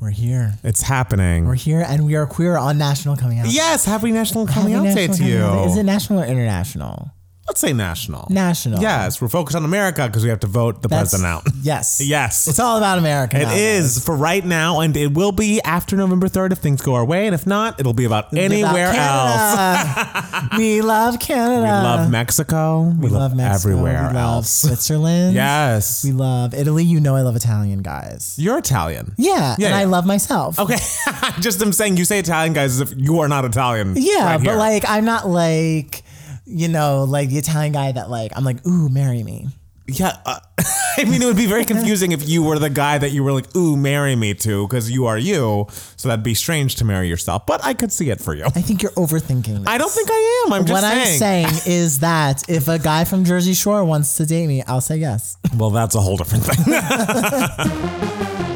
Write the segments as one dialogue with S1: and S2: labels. S1: We're here.
S2: It's happening.
S1: We're here, and we are queer on National Coming Out.
S2: yes, happy National
S1: Happy
S2: Coming Out Day
S1: National
S2: to
S1: Coming
S2: you.
S1: Out Day. Is it national or international?
S2: Let's say national.
S1: National.
S2: Yes, we're focused on America because we have to vote the
S1: That's-
S2: president out.
S1: Yes.
S2: Yes.
S1: It's all about America.
S2: It
S1: now.
S2: is for right now, and it will be after November 3rd if things go our way. And if not, it'll be about
S1: It's about
S2: anywhere else.
S1: Canada. we love Canada.
S2: We love Mexico. We,
S1: We
S2: love,
S1: Mexico.
S2: everywhere
S1: We love
S2: else.
S1: Switzerland.
S2: Yes.
S1: We love Italy. You know I love Italian guys.
S2: You're Italian.
S1: Yeah.
S2: Yeah,
S1: and I
S2: yeah.
S1: love myself.
S2: Okay. Just am saying you say Italian guys as if you are not Italian.
S1: Yeah,
S2: right
S1: but
S2: here.
S1: like I'm not like you know like the Italian guy that like I'm like ooh marry me.
S2: Yeah. Uh, I mean, it would be very confusing if you were the guy that you were like, ooh, marry me to, because you are you. So that'd be strange to marry yourself, but I could see it for you.
S1: I think you're overthinking. This.
S2: I don't think I am. I'm just
S1: what I'm saying is that if a guy from Jersey Shore wants to date me, I'll say yes.
S2: Well, that's a whole different thing.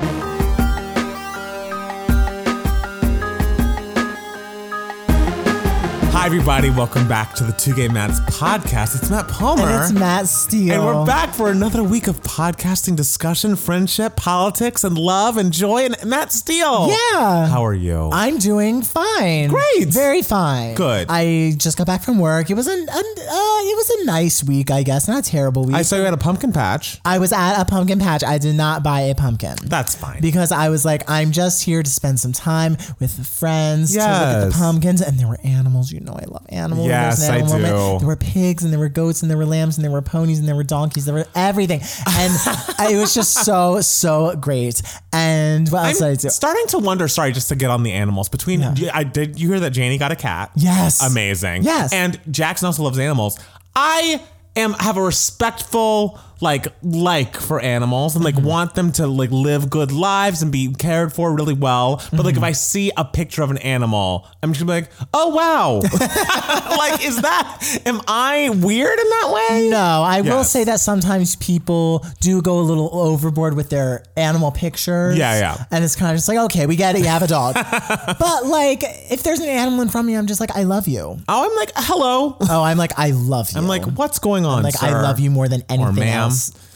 S2: Hi, everybody. Welcome back to the Two Gay Mats podcast. It's Matt Palmer.
S1: And it's Matt Steele.
S2: And we're back for another week of podcasting discussion, friendship, politics, and love and joy. And Matt Steele.
S1: Yeah.
S2: How are you?
S1: I'm doing fine.
S2: Great.
S1: Very fine.
S2: Good.
S1: I just got back from work. It was an, an uh, it was a nice week, I guess. Not a terrible week.
S2: I
S1: I,
S2: saw you at a pumpkin patch.
S1: was at a pumpkin patch. I did not buy a pumpkin.
S2: That's fine.
S1: because I was like, I'm just here to spend some time with friends to look at
S2: Yes.
S1: the pumpkins, and there were animals. You know, I love animals. There was
S2: Yes,
S1: an
S2: I
S1: animal moment.
S2: do.
S1: There were pigs, and there were goats, and there were lambs, and there were ponies, and there were donkeys. There were everything, and I- it was just so so great. And what else did I
S2: I'm
S1: do?
S2: starting to wonder. Sorry, just to get on the animals. Between I did you hear that Janie got a cat?
S1: Yes.
S2: amazing.
S1: Yes.
S2: and Jackson also loves animals. I am have a respectful like like for animals and like
S1: Mm-hmm.
S2: want them to like live good lives and be cared for really well. But
S1: Mm-hmm.
S2: like if I see a picture of an animal, I'm just gonna be like, oh wow, like is that am I weird in that way?
S1: No, I will
S2: Yes.
S1: say that sometimes people do go a little overboard with their animal pictures.
S2: Yeah, yeah.
S1: And it's kind of just like, okay, we get it. You have a dog. but like, if there's an animal in front of me, I'm just like, I love you.
S2: Oh, I'm like hello.
S1: Oh, I'm like, I love you.
S2: I'm like, what's going on?
S1: like I
S2: sir?"
S1: love you more than anything
S2: ma'am.
S1: else.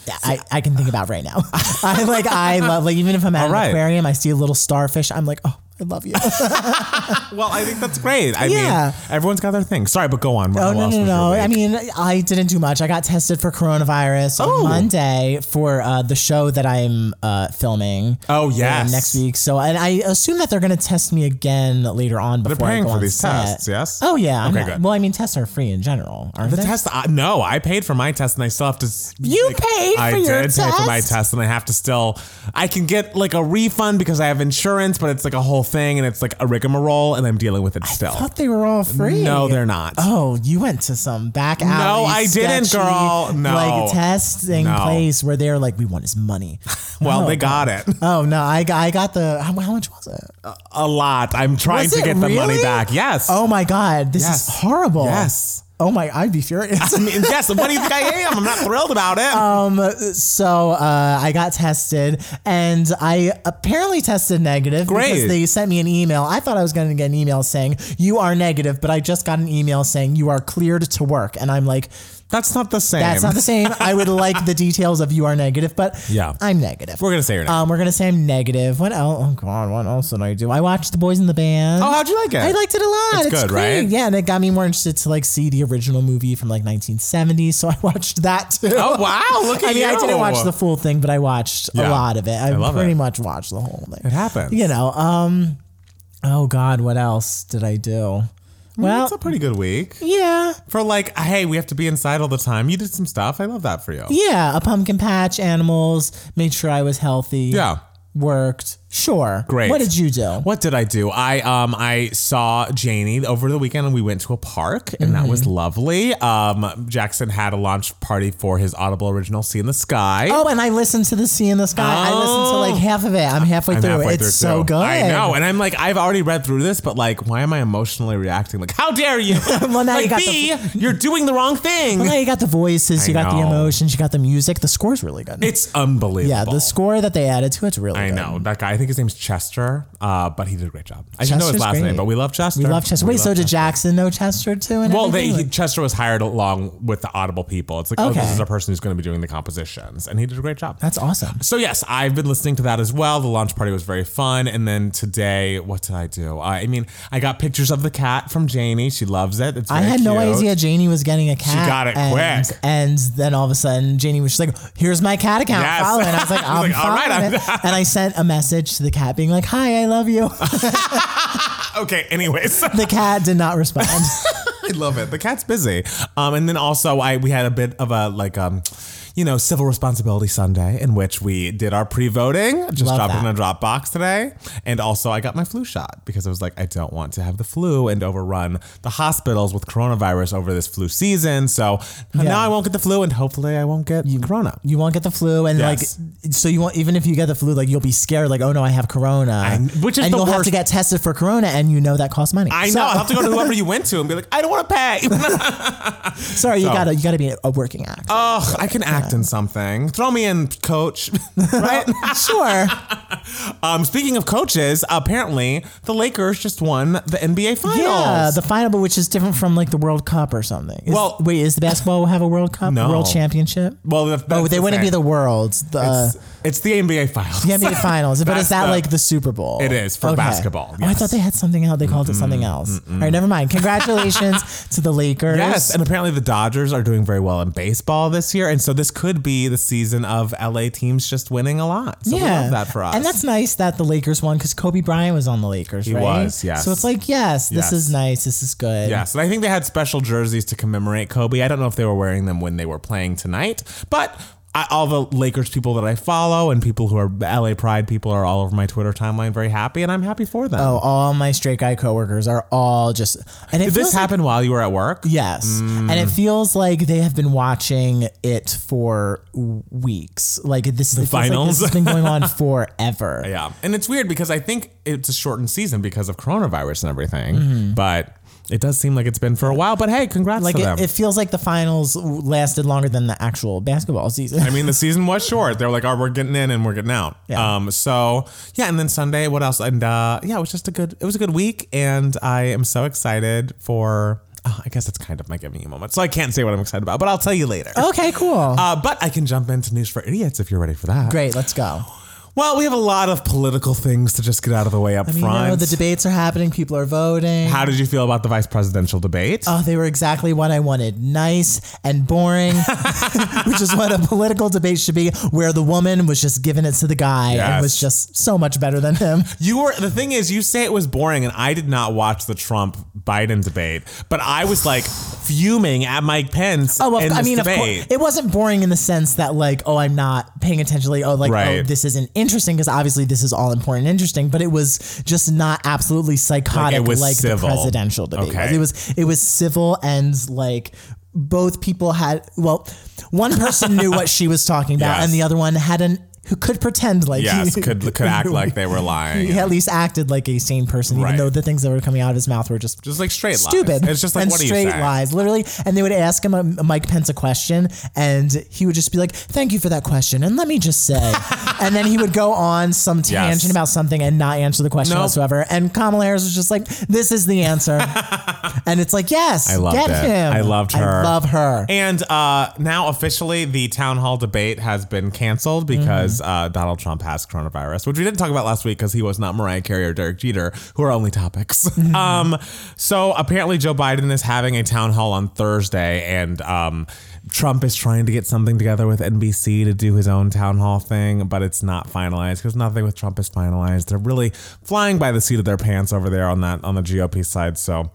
S1: Yeah, I, I can think about right now. I like I love like even if I'm at an
S2: right.
S1: aquarium, I see a little starfish. I'm like, oh, I love you.
S2: Well, I think that's great. I
S1: Yeah.
S2: mean, everyone's got their thing. Sorry, but go on.
S1: oh no no no! I mean, I didn't do much. I got tested for coronavirus
S2: Oh.
S1: on Monday for uh, the show that I'm uh, filming.
S2: Oh,
S1: uh,
S2: yes.
S1: next week. So and I assume that they're going to test me again later on before I
S2: paying
S1: go
S2: for
S1: on
S2: these
S1: set.
S2: tests, yes?
S1: Oh yeah. I'm
S2: Okay,
S1: not-
S2: good.
S1: Well, I mean, tests are free in general, aren't
S2: the
S1: they?
S2: test. I, no, I paid for my test, and I still have to. s-
S1: You paid
S2: I
S1: for
S2: did
S1: your
S2: pay for my
S1: test?
S2: test, and I have to still. I can get like a refund because I have insurance, but it's like a whole thing, and it's like a rigmarole, and I'm dealing with it
S1: I
S2: still.
S1: thought they were all free.
S2: No, they're not.
S1: Oh, you went to some back alley.
S2: No, I didn't,
S1: sketchy,
S2: girl. No.
S1: like testing
S2: No.
S1: place where they're like, we want his money.
S2: well,
S1: Oh,
S2: they got it
S1: Oh no, I got, I got the how, how much was it?
S2: a lot. I'm trying
S1: Was
S2: to
S1: it
S2: get the money
S1: really?
S2: back. Yes.
S1: Oh my god, this
S2: Yes.
S1: is horrible.
S2: Yes.
S1: Oh my, I'd be furious.
S2: I mean, yes. What do you think I am? I'm not thrilled about it.
S1: Oh. so uh, I got tested, and I apparently tested negative
S2: Great.
S1: because they sent me an email. I thought I was going to get an email saying you are negative, but I just got an email saying you are cleared to work, and I'm like.
S2: that's not the same.
S1: That's not the same. I would like the details of you are negative, but
S2: Yeah.
S1: I'm negative.
S2: We're gonna say your name.
S1: Um, we're gonna say I'm negative. What else? Oh God, what else did I do? I watched The Boys in the Band.
S2: oh, how'd you like it?
S1: I liked it a lot.
S2: It's
S1: It's,
S2: good,
S1: great.
S2: right?
S1: Yeah, and it got me more interested to like see the original movie from like 1970. So I watched that too.
S2: Oh wow! Look at
S1: I mean,
S2: you.
S1: I didn't watch the full thing, but I watched
S2: Yeah.
S1: a lot of it. I,
S2: I love
S1: pretty
S2: it.
S1: much watched the whole thing.
S2: It happens.
S1: You know. Um. Oh God, what else did I do? Well,
S2: That's a pretty good week.
S1: yeah.
S2: For like, hey, we have to be inside all the time. You did some stuff. I love that for you.
S1: Yeah, a pumpkin patch, animals, made sure I was healthy.
S2: Yeah.
S1: Worked. Sure.
S2: Great.
S1: What did you do?
S2: What did I do? I um I saw Janie over the weekend and we went to a park and that
S1: Mm-hmm.
S2: was lovely. Um Jackson had a launch party for his Audible original See in the Sky.
S1: Oh, and I listened to the sea in the sky. I listened to
S2: Oh.
S1: like half of it. I'm halfway
S2: I'm
S1: through.
S2: halfway
S1: it's
S2: through,
S1: so
S2: too.
S1: good.
S2: I know, and I'm like, I've already read through this, but like, why am I emotionally reacting? Like, how dare you?
S1: Well, now
S2: like,
S1: you got
S2: B, you're doing the wrong thing.
S1: Well, you got the voices, you got the
S2: know.
S1: emotions, you got the music. The score's really good.
S2: it's unbelievable.
S1: yeah, the score that they added to it's really
S2: I
S1: good.
S2: know that guy. I think his name's Chester, uh, but he did a great job. I should know his
S1: Chester's
S2: last
S1: great.
S2: name, but we love Chester.
S1: We love Chester. Wait, so did Jackson know Chester too? And
S2: Well, they,
S1: everything?
S2: he, Chester was hired along with the Audible people. It's like, oh, this
S1: Okay.
S2: is a person who's going to be doing the compositions, and he did a great job.
S1: that's awesome.
S2: So yes, I've been listening to that as well. The launch party was very fun, and then today, what did I do? I I mean, I got pictures of the cat from Janie. She loves it. It's
S1: I
S2: very
S1: had no
S2: cute.
S1: idea Janie was getting a cat.
S2: got it
S1: and,
S2: quick.
S1: And then all of a sudden, Janie was just like, "Here's my cat account.
S2: Yes.
S1: Follow." it." And I was like,
S2: I was
S1: "I'm
S2: like, all right,
S1: following
S2: I'm
S1: it." And I sent a message to the cat, being like, "Hi, I love you."
S2: Okay, anyways,
S1: The cat did not respond.
S2: I love it. The cat's busy. Um, and then also, I we had a bit of a like um, you know, civil responsibility Sunday in which we did our pre-voting. Just
S1: Love
S2: dropped
S1: that.
S2: it in a Dropbox today, and also I got my flu shot because I was like, I don't want to have the flu and overrun the hospitals with coronavirus over this flu season. So now I won't get the flu, and hopefully I won't get corona.
S1: You won't get the flu, and
S2: Yes.
S1: like, so you won't. Even if you get the flu, like, you'll be scared. Like, oh no, I have corona,
S2: which is
S1: and
S2: the
S1: you'll have
S2: worst.
S1: to get tested for corona, and you know that costs money.
S2: I know.
S1: So-
S2: I'll have to go to whoever you went to and be like, I don't want to pay.
S1: Sorry, you gotta you gotta be a working actor.
S2: Ugh, I can act in something. Throw me in, coach. right?
S1: sure.
S2: Um, speaking of coaches, apparently the Lakers just won the NBA Finals.
S1: Yeah, the final, but which is different from like the World Cup or something. Is-
S2: Well-
S1: wait, is the basketball have a World Cup?
S2: No.
S1: World Championship?
S2: well, the,
S1: Oh, they wouldn't be the
S2: thing.
S1: worlds. The uh,
S2: It's, it's the NBA Finals.
S1: the NBA Finals, but is
S2: That's
S1: that
S2: the-
S1: like the Super Bowl?
S2: It is for basketball,
S1: Oh, I
S2: yes.
S1: thought they had something else. They called it something else. All right, never mind. Congratulations to the Lakers.
S2: Yes, and apparently the Dodgers are doing very well in baseball this year, and so this could be the season of LA teams just winning a lot. So we
S1: yeah,
S2: love that for us.
S1: and that's nice that the Lakers won because Kobe Bryant was on the Lakers. He right?
S2: was, yes.
S1: So it's like, yes, this
S2: Yes.
S1: is nice. This is good.
S2: Yes, and I think they had special jerseys to commemorate Kobe. I don't know if they were wearing them when they were playing tonight, but I, all the Lakers people that I follow and people who are LA Pride people are all over my Twitter timeline very happy, and I'm happy for them.
S1: Oh, all my straight guy coworkers are all just. And it feels
S2: Did this mm.
S1: like-
S2: happen while you were at work?
S1: Yes. And it feels like they have been watching it for w- weeks. Like this, the
S2: finals?
S1: this has been going on forever.
S2: Yeah. And it's weird because I think it's a shortened season because of coronavirus and everything, but it does seem like it's been for a while. But hey, congrats
S1: Mm-hmm. Like
S2: to them.
S1: it, it feels like the finals w- lasted longer than the actual basketball season.
S2: I mean, the season was short. They were like, "Oh, we're getting in and we're getting out."
S1: Yeah.
S2: Um. So yeah, and then Sunday, what else? And uh, yeah, it was just a good. It was a good week, and I am so excited for. Oh, I guess it's kind of my giving you moment, so I can't say what I'm excited about, but I'll tell you later.
S1: okay, cool.
S2: Uh, but I can jump into news for idiots if you're ready for that.
S1: Great, let's go.
S2: Well, we have a lot of political things to just get out of the way up
S1: You
S2: front.
S1: know, the debates are happening. People are voting.
S2: How did you feel about the vice presidential debate?
S1: Oh, they were exactly what I wanted. Nice and boring, which is what a political debate should be, where the woman was just giving it to the guy
S2: Yes.
S1: and was just so much better than him.
S2: You were the thing is you say it was boring and I did not watch the Trump Biden debate, but I was like fuming at Mike Pence
S1: Oh, well,
S2: in this
S1: I mean, of
S2: debate.
S1: course, it wasn't boring in the sense that like, oh, I'm not paying attention. Like, oh, like, oh,
S2: Right.
S1: this isn't interesting because obviously this is all important, and interesting. But it was just not absolutely psychotic
S2: Like,
S1: like,
S2: it was
S1: the
S2: civil.
S1: presidential debate. was. It
S2: Okay.
S1: was it was civil and like both people had well, one person knew what she was talking about,
S2: Yes.
S1: and the other one had an who could pretend like
S2: yes,
S1: he,
S2: could could act like they were lying.
S1: he at least acted like a sane person, even
S2: Right.
S1: though the things that were coming out of his mouth were just
S2: Just like straight
S1: stupid.
S2: lies. It's just like
S1: and
S2: what
S1: straight
S2: do you say?
S1: lies, literally. And they would ask him a, a Mike Pence a question, and he would just be like, "Thank you for that question," and let me just say, and then he would go on some tangent about something and not answer the question
S2: Nope.
S1: whatsoever. And Kamala Harris was just like, "This is the answer," and it's like, "Yes, I
S2: loved
S1: get
S2: it.
S1: him.
S2: I loved
S1: I
S2: her.
S1: love her."
S2: And uh, now officially, the town hall debate has been canceled because uh, Donald Trump has coronavirus, which we didn't talk about last week because he was not Mariah Carey or Derek Jeter, who are only topics. Um, so apparently, Joe Biden is having a town hall on Thursday, and um, Trump is trying to get something together with NBC to do his own town hall thing, but it's not finalized because nothing with Trump is finalized. They're really flying by the seat of their pants over there on that on the GOP side. So.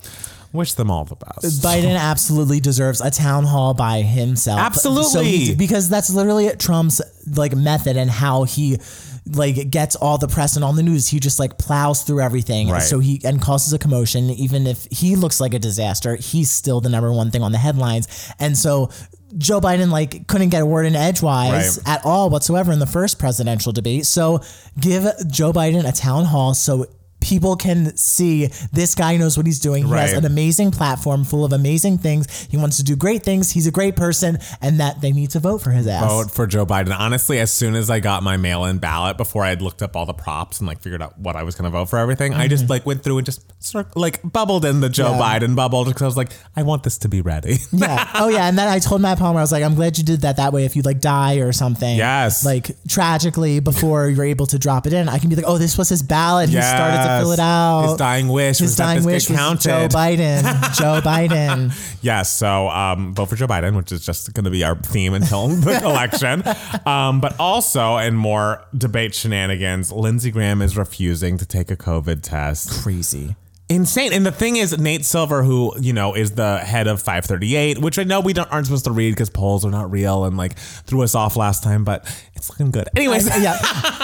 S2: Wish them all the best.
S1: Biden absolutely deserves a town hall by himself.
S2: Absolutely.
S1: So he- because that's literally Trump's like method and how he like gets all the press and all the news. He just like plows through everything.
S2: Right.
S1: So he and causes a commotion. Even if he looks like a disaster, he's still the number one thing on the headlines. And so Joe Biden like couldn't get a word in edgewise
S2: Right.
S1: at all whatsoever in the first presidential debate. So give Joe Biden a town hall so people can see this guy knows what he's doing. He has
S2: Right.
S1: an amazing platform full of amazing things. He wants to do great things. He's a great person, and that they need to vote for his ass.
S2: vote for Joe Biden. Honestly, as soon as I got my mail-in ballot, before I had looked up all the props and like figured out what I was going to vote for everything, I just like went through and just sort of, like bubbled in the Joe
S1: Mm-hmm. Yeah.
S2: Biden bubble because I was like, I want this to be ready.
S1: yeah. Oh yeah. And then I told Matt Palmer, I was like, I'm glad you did that that way. If you like die or something,
S2: Yes.
S1: like tragically before you're able to drop it in, I can be like, oh, this was his ballot. He started to fill it
S2: Yes.
S1: out.
S2: His dying wish.
S1: His
S2: was that
S1: dying
S2: this
S1: wish
S2: get
S1: was Joe
S2: counted.
S1: Biden. Joe Biden.
S2: Yes, so um, vote for Joe Biden, which is just going to be our theme until the election. Um, but also, in more debate shenanigans, Lindsey Graham is refusing to take a COVID test.
S1: Crazy.
S2: Insane. And the thing is, Nate Silver, who, you know, is the head of 538, which I know we don't, aren't supposed to read because polls are not real and like threw us off last time, but it's looking good. Anyways,
S1: yeah,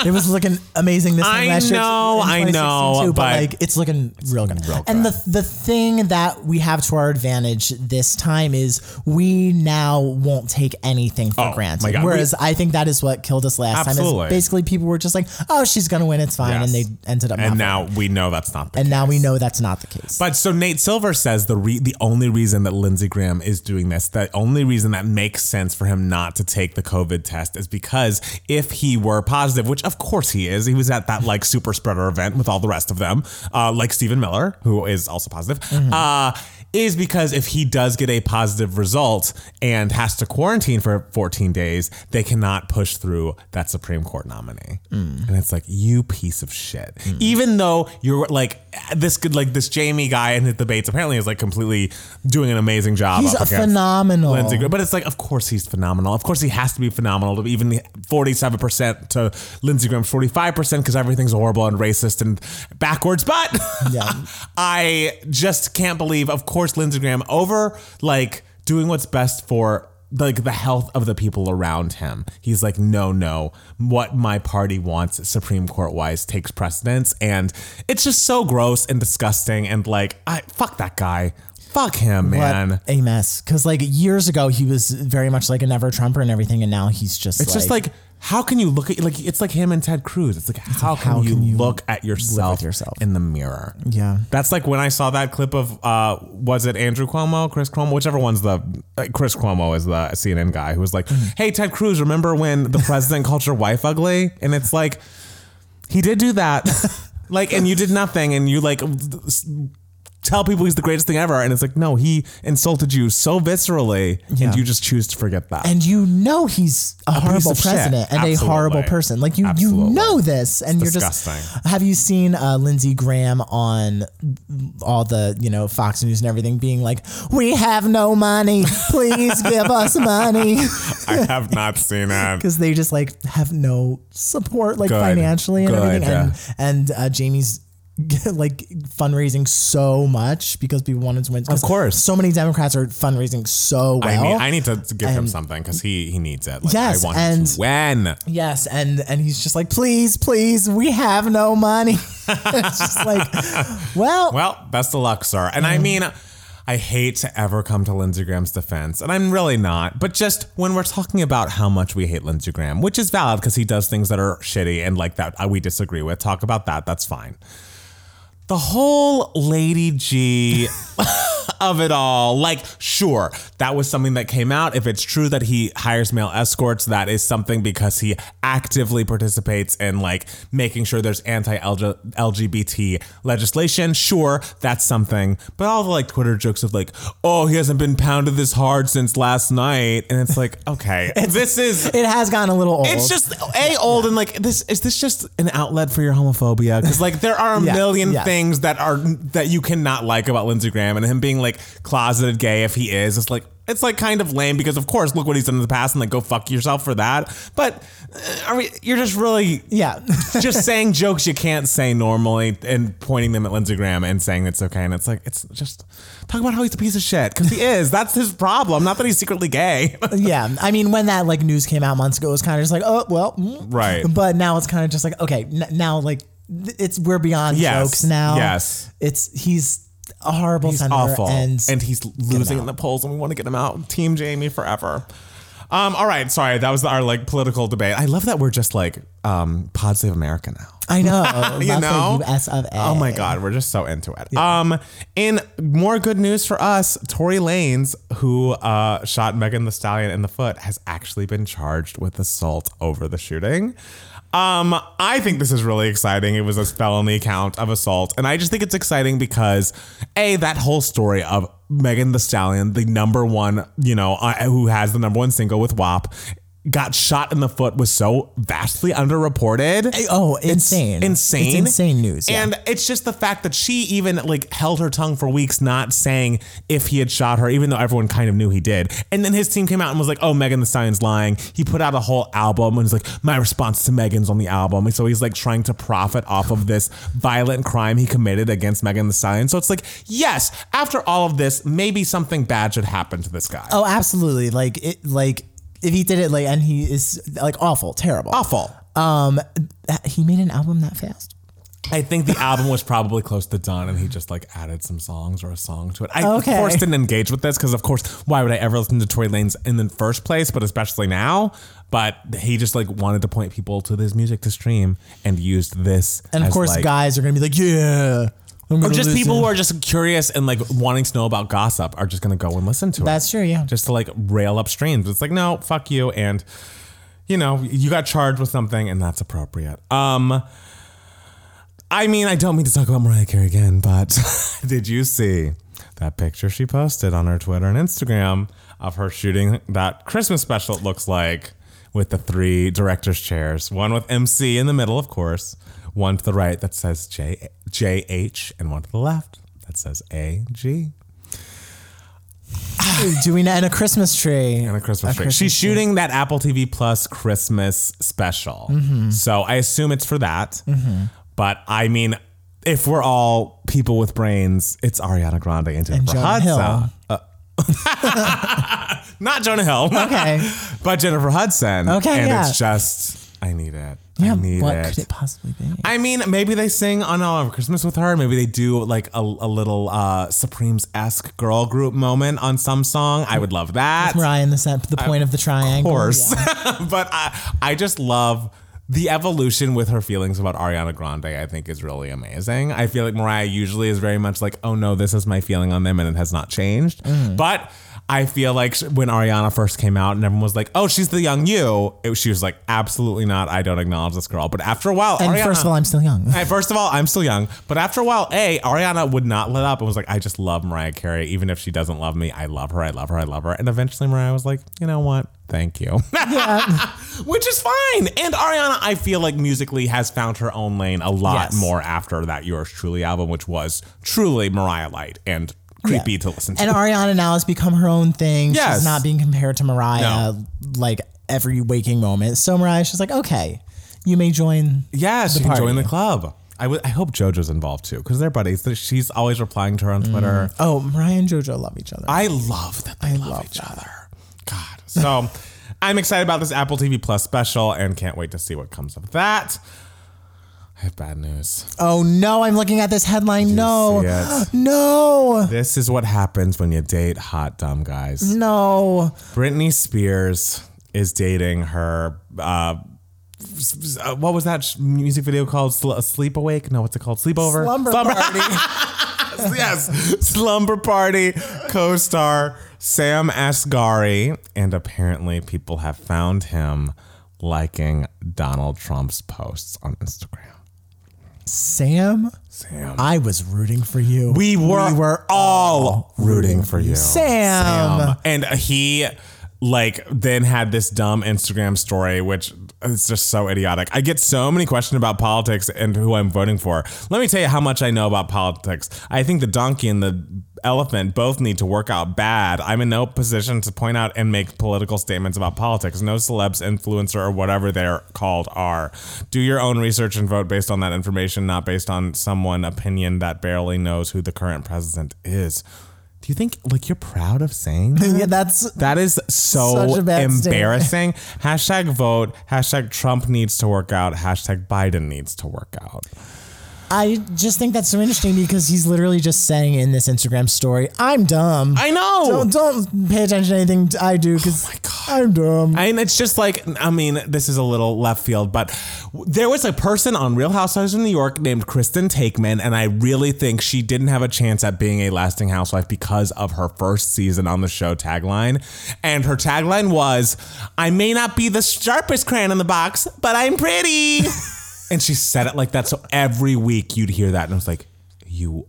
S1: it was looking amazing this time
S2: I
S1: last year.
S2: know,
S1: in
S2: I know,
S1: 2016 too, but,
S2: but-
S1: like it's looking real good.
S2: real
S1: and the the thing that we have to our advantage this time is we now won't take anything for
S2: Oh,
S1: granted.
S2: my God, we-
S1: Whereas I think that is what killed us last time.
S2: Absolutely.
S1: Is basically people were just like, oh, she's gonna win, it's fine, and
S2: Yes.
S1: they ended up
S2: and
S1: not.
S2: now we know that's not the
S1: and
S2: case.
S1: now we know that's not the case.
S2: But so Nate Silver says the re- the only reason that Lindsey Graham is doing this, the only reason that makes sense for him not to take the COVID test is because if he were positive, which of course he is, he was at that like super spreader event with all the rest of them, uh, like Stephen Miller, who is also positive. Uh, is because if he does get a positive result and has to quarantine for 14 days, they cannot push through that Supreme Court nominee.
S1: Mm.
S2: And it's like, you piece of shit. Even though you're like, this could, like, this Jamie guy in the debates apparently is like completely doing an amazing job.
S1: He's
S2: up
S1: a
S2: against
S1: phenomenal.
S2: Lindsey Graham. But it's like, of course he's phenomenal. Of course he has to be phenomenal to even 47% to Lindsey Graham's 45% because everything's horrible and racist and backwards. But
S1: Yeah.
S2: I just can't believe, of course, Lindsey Graham over like doing what's best for like the health of the people around him. He's like, no, no, what my party wants, Supreme Court wise, takes precedence, and it's just so gross and disgusting. And like, I fuck that guy, fuck him, man.
S1: But a mess. Because like years ago, he was very much like a never Trumper and everything, and now he's just
S2: It's just like how can you look at like it's like him and Ted Cruz. It's like how, can,
S1: how
S2: you
S1: can you
S2: look at yourself,
S1: with yourself?
S2: in the mirror?
S1: Yeah.
S2: that's like when I saw that clip of uh, was it Andrew Cuomo, Chris Cuomo, whichever one's the uh, Chris Cuomo is the CNN guy who was like,
S1: Mm-hmm.
S2: "Hey Ted Cruz, remember when the president called your wife ugly?" And it's like he did do that, like, and you did nothing, and you like s- tell people he's the greatest thing ever, and it's like no, he insulted you so viscerally,
S1: Yeah.
S2: and you just choose to forget that.
S1: and you know he's a, horrible
S2: of shit.
S1: president and
S2: Absolutely.
S1: a horrible person. Like you, you
S2: Absolutely.
S1: know this, and you're just.
S2: disgusting.
S1: Have you seen uh, Lindsey Graham on all the you know Fox News and everything, being like, "We have no money. Please give us money,"
S2: I have not seen it.
S1: because they just like have no support, like
S2: Good.
S1: financially and
S2: Good,
S1: everything.
S2: yeah.
S1: And and uh, Jamie's. like fundraising so much because people wanted to win. 'Cause
S2: Of course.
S1: so many Democrats are fundraising so well.
S2: I need, I need to give him something because he he needs it. Like,
S1: Yes,
S2: I want him
S1: and-
S2: to win.
S1: Yes, and and he's just like, please, please, we have no money. it's just like, well,
S2: Well, best of luck, sir. And I mean, I hate to ever come to Lindsey Graham's defense, and I'm really not. But just when we're talking about how much we hate Lindsey Graham, which is valid because he does things that are shitty and like that uh, we disagree with. Talk about that. That's fine. The whole Lady G of it all. Like, sure, that was something that came out. If it's true that he hires male escorts, that is something because he actively participates in like making sure there's anti LGBT legislation. Sure, that's something. But all the like Twitter jokes of like, oh, he hasn't been pounded this hard since last night. And it's like, okay, this is
S1: it has gotten a little old.
S2: it's just a old and like this. Is this just an outlet for your homophobia? Because like there are a
S1: Yeah,
S2: million
S1: yeah.
S2: things that are that you cannot like about Lindsey Graham and him being like closeted gay if he is. It's like it's like kind of lame because of course look what he's done in the past and like go fuck yourself for that. But uh, are we, you're just really
S1: yeah,
S2: just saying jokes you can't say normally and pointing them at Lindsey Graham and saying it's okay. And it's like it's just talk about how he's a piece of shit because he is. That's his problem. Not that he's secretly gay.
S1: yeah. I mean, when that like news came out months ago, it was kind of just like, oh well, mm.
S2: Right.
S1: But now it's kind of just like, okay, n- now like th- it's we're beyond
S2: Yes,
S1: jokes now.
S2: yes.
S1: it's he's a horrible
S2: He's
S1: senator,
S2: awful.
S1: and
S2: he's losing in the polls, and we want to get him out. Team Jamie forever. Um, all right, sorry, that was our like political debate. I love that we're just like um, Pod Save America now.
S1: I know.
S2: You know?
S1: US of A.
S2: Oh my God, we're just so into it. Um, and more good news for us: Tory Lanez, who uh, shot Megan the Stallion in the foot, has actually been charged with assault over the shooting. Um, I think this is really exciting. It was a felony count of assault, and I just think it's exciting because a that whole story of Megan the Stallion, the number one, you know, uh, who has the number one single with WAP. Got shot in the foot was so vastly underreported
S1: Oh, insane.
S2: insane,
S1: It's insane news. yeah.
S2: And it's just the fact that she even like held her tongue for weeks, not saying if he had shot her, even though everyone kind of knew he did. And then his team came out and was like, "Oh, Megan the Stallion's lying." He put out a whole album and was like, "My response to Megan's on the album." And so he's like trying to profit off of this violent crime he committed against Megan the Stallion. So it's like, yes, after all of this, maybe something bad should happen to this guy.
S1: oh, absolutely. Like it like if he did it like and he is like awful, terrible.
S2: Awful.
S1: Um that- he made an album that fast?
S2: I think the album was probably close to done, and he just like added some songs or a song to it. I
S1: Okay.
S2: of course didn't engage with this because, of course, why would I ever listen to Tory Lanez in the first place? But especially now. But he just like wanted to point people to this music to stream and used this.
S1: And of
S2: as,
S1: course
S2: like,
S1: guys are going to be like, "Yeah." I'm
S2: or
S1: gonna
S2: just people
S1: listen."
S2: who are just curious and like wanting to know about gossip are just gonna go and listen to it
S1: That's true, yeah.
S2: just to like rail up streams. It's like, no, fuck you. And you know, you got charged with something and that's appropriate. Um I mean, I don't mean to talk about Mariah Carey again, but did you see that picture she posted on her Twitter and Instagram of her shooting that Christmas special it looks like with the three director's chairs, one with MC in the middle, of course, one to the right that says J JH and one to the left that says AG.
S1: doing that in a Christmas tree.
S2: and a Christmas tree. She's shooting that Apple TV Plus Christmas special.
S1: Mm-hmm.
S2: So I assume it's for that. But I mean, if we're all people with brains, it's Ariana Grande and Jennifer
S1: Jonah
S2: Hudson.
S1: Hill.
S2: Uh, not Jonah Hill.
S1: Okay.
S2: but Jennifer Hudson.
S1: Okay,
S2: And
S1: yeah.
S2: it's just, I need it.
S1: Yeah,
S2: I need
S1: what
S2: it.
S1: could it possibly be?
S2: I mean, maybe they sing on All Over Christmas with her. Maybe they do like a, a little uh, Supremes esque girl group moment on some song. I would love that
S1: Ryan, the cent- the point of the triangle.
S2: course.
S1: Yeah.
S2: but I, I just love the evolution with her feelings about Ariana Grande, I think, is really amazing. I feel like Mariah usually is very much like, oh no, this is my feeling on them, and it has not changed.
S1: Mm.
S2: But I feel like sh- when Ariana first came out and everyone was like, oh, she's the young you, it, she was like, absolutely not. I don't acknowledge this girl. But after a while,
S1: And
S2: Ariana.
S1: first of all, I'm still young.
S2: Hey, first of all, I'm still young, but after a while, A, Ariana would not let up and was like, I just love Mariah Carey. Even if she doesn't love me, I love her, I love her, I love her. And eventually Mariah was like, you know what? Thank you. Which is fine. And Ariana, I feel like musically has found her own lane a lot
S1: Yes.
S2: more after that Yours Truly album, which was truly Mariah Light and creepy to listen to.
S1: And Ariana now has become her own thing.
S2: Yes.
S1: She's not being compared to Mariah like every waking moment. So Mariah, she's like, okay, you may join.
S2: Yeah, she can
S1: party.
S2: join the club. I would- I hope JoJo's involved too, because they're buddies. She's always replying to her on Twitter.
S1: Oh, Mariah and JoJo love each other.
S2: I love that they love, each other. God. So I'm excited about this Apple TV Plus special and can't wait to see what comes of that. I have bad news.
S1: oh no, I'm looking at this headline.
S2: see
S1: no,
S2: it?
S1: no,
S2: This is what happens when you date hot, dumb guys.
S1: no.
S2: Britney Spears is dating her. Uh, s- s- uh, what was that sh- music video called? Sl- Sleep Awake? No, what's it called? Sleepover?
S1: Slumber party.
S2: yes, Slumber Party co-star Sam Asghari, and apparently people have found him liking Donald Trump's posts on Instagram.
S1: Sam,
S2: Sam,
S1: I was rooting for you.
S2: we were we were all rooting for you,
S1: Sam.
S2: and he like then had this dumb Instagram story, which is just so idiotic. I get so many questions about politics and who I'm voting for. Let me tell you how much I know about politics. I think the donkey and the elephant both need to work out bad. I'm in no position to point out and make political statements about politics. No celebs, influencer, or whatever they're called are. Do your own research and vote based on that information, not based on someone opinion that barely knows who the current president is. Do you think like you're proud of saying that?
S1: Yeah, that's
S2: That is so
S1: Such a bad statement.
S2: embarrassing. hashtag vote. Hashtag Trump needs to work out. Hashtag Biden needs to work out.
S1: I just think that's so interesting because he's literally just saying in this Instagram story, I'm dumb.
S2: I know. Oh
S1: don't, don't pay attention to anything I do because
S2: my God.
S1: I'm dumb.
S2: And it's just like, I mean, this is a little left field, but there was a person on Real Housewives of New York named Kristen Takeman, and I really think she didn't have a chance at being a lasting housewife because of her first season on the show tagline. And her tagline was, I may not be the sharpest crayon in the box, but I'm pretty. and she said it like that. So every week you'd hear that, and I was like, you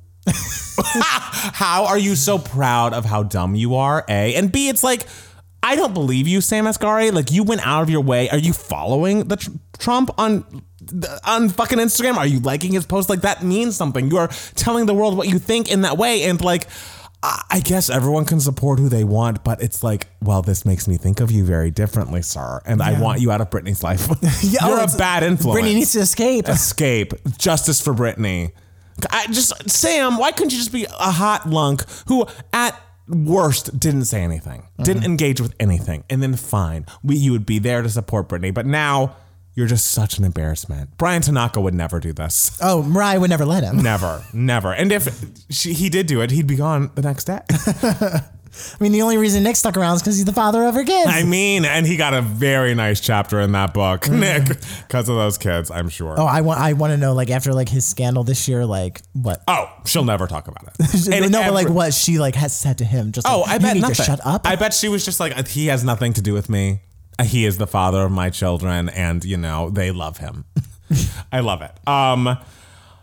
S2: how are you so proud of how dumb you are? A and B, it's like I don't believe you, Sam Asghari. Like you went out of your way. Are you following the tr- Trump on on fucking Instagram? Are you liking his post? Like that means something. You are telling the world what you think in that way, and like. I I guess everyone can support who they want, but it's like, well, this makes me think of you very differently, sir, and I want you out of Britney's life.
S1: Yeah,
S2: You're
S1: oh,
S2: a
S1: it's-
S2: bad influence.
S1: Brittany needs to escape.
S2: Escape. Justice for Brittany. I just Sam, why couldn't you just be a hot lunk who at worst didn't say anything,
S1: Mm-hmm.
S2: didn't engage with anything, and then fine, we you would be there to support Brittany. But now you're just such an embarrassment. Brian Tanaka would never do this.
S1: Oh, Mariah would never let him.
S2: Never, never. And if she, he did do it, he'd be gone the next day.
S1: I mean, the only reason Nick stuck around is because he's the father of her kids.
S2: I mean, and he got a very nice chapter in that book, Nick, because of those kids, I'm sure.
S1: Mm-hmm. oh, I want. I want to know, like, after like his scandal this year, like what?
S2: Oh, she'll never talk about it.
S1: no,
S2: And
S1: but like
S2: every-
S1: what she like has said to him. Just
S2: Oh,
S1: like,
S2: I
S1: you
S2: bet
S1: need
S2: nothing.
S1: To shut up.
S2: I bet she was just like, uh, he has nothing to do with me. Uh, He is the father of my children, and you know they love him. I love it. Um,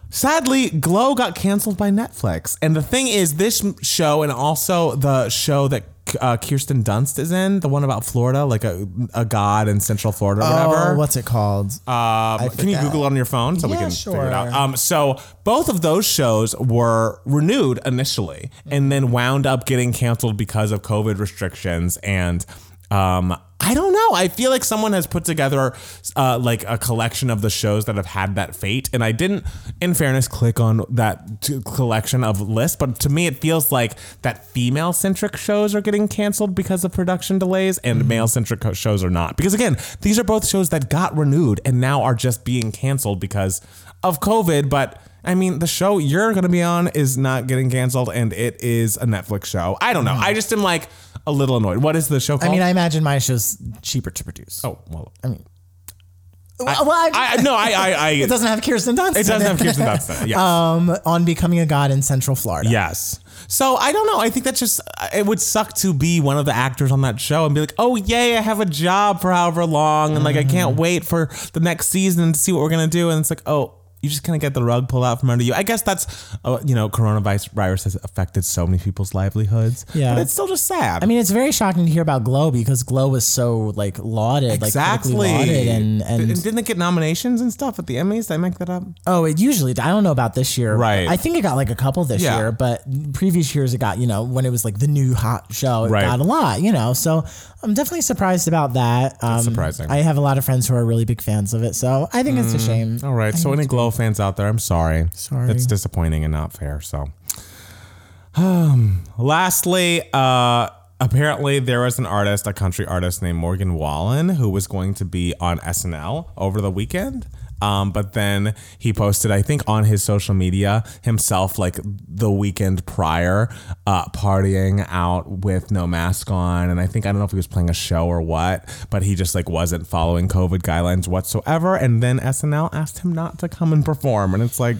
S2: sadly, Glow got canceled by Netflix, and the thing is, this m- show and also the show that uh, Kirsten Dunst is in, the one about Florida, like a a god in Central Florida, or whatever.
S1: Oh, what's it called?
S2: Um, can you
S1: forget.
S2: Google it on your phone so we
S1: Yeah,
S2: can figure it out?
S1: sure.
S2: Um, so both of those shows were renewed initially and then wound up getting canceled because of COVID restrictions. And um, I don't know. I feel like someone has put together uh, like a collection of the shows that have had that fate. And I didn't, in fairness, click on that t- collection of lists. But to me, it feels like that female centric shows are getting canceled because of production delays and male centric shows are not. Because again, these are both shows that got renewed and now are just being canceled because of COVID. But I mean, the show you're going to be on is not getting canceled and it is a Netflix show. I don't know. I just am like a little annoyed. What is the show
S1: I
S2: called?
S1: mean, I imagine my show's cheaper to produce.
S2: Uh-huh. oh, well.
S1: I mean, well, I,
S2: I, I- no, I, I, I
S1: it doesn't have Kirsten Dunst.
S2: it doesn't
S1: in
S2: have Kirsten Dunst. in it. Yes.
S1: Um, on becoming a god in Central Florida.
S2: Yes. So I don't know. I think that's just uh, it would suck to be one of the actors on that show and be like, oh yay, I have a job for however long, and like I can't
S1: Mm-hmm.
S2: wait for the next season and see what we're gonna do. And it's like, oh, you just kind of get the rug pulled out from under you. I guess that's uh, you know, coronavirus virus has affected so many people's livelihoods.
S1: Yeah.
S2: but it's still just sad.
S1: I mean, it's very shocking to hear about Glow because Glow was so like lauded,
S2: exactly.
S1: like critically lauded, and and
S2: didn't it get nominations and stuff at the Emmys? Did I make that up?
S1: Oh, it usually. I don't know about this year.
S2: Right.
S1: I think it got like a couple this
S2: Yeah.
S1: year, but previous years it got you know when it was like the new hot show, it
S2: Right.
S1: got a lot. You know, so I'm definitely surprised about that. Um,
S2: surprising. Mm.
S1: I have a lot of friends who are really big fans of it, so I think it's a shame.
S2: All right. so any Glow fans out there, I'm sorry.
S1: Sorry.
S2: That's disappointing and not fair. So, um, lastly, uh, apparently there was an artist, a country artist named Morgan Wallen, who was going to be on SNL over the weekend. Um, but then he posted, I think, on his social media himself, like the weekend prior, uh, partying out with no mask on. And I think, I don't know if he was playing a show or what, but he just like wasn't following COVID guidelines whatsoever. And then SNL asked him not to come and perform. And it's like,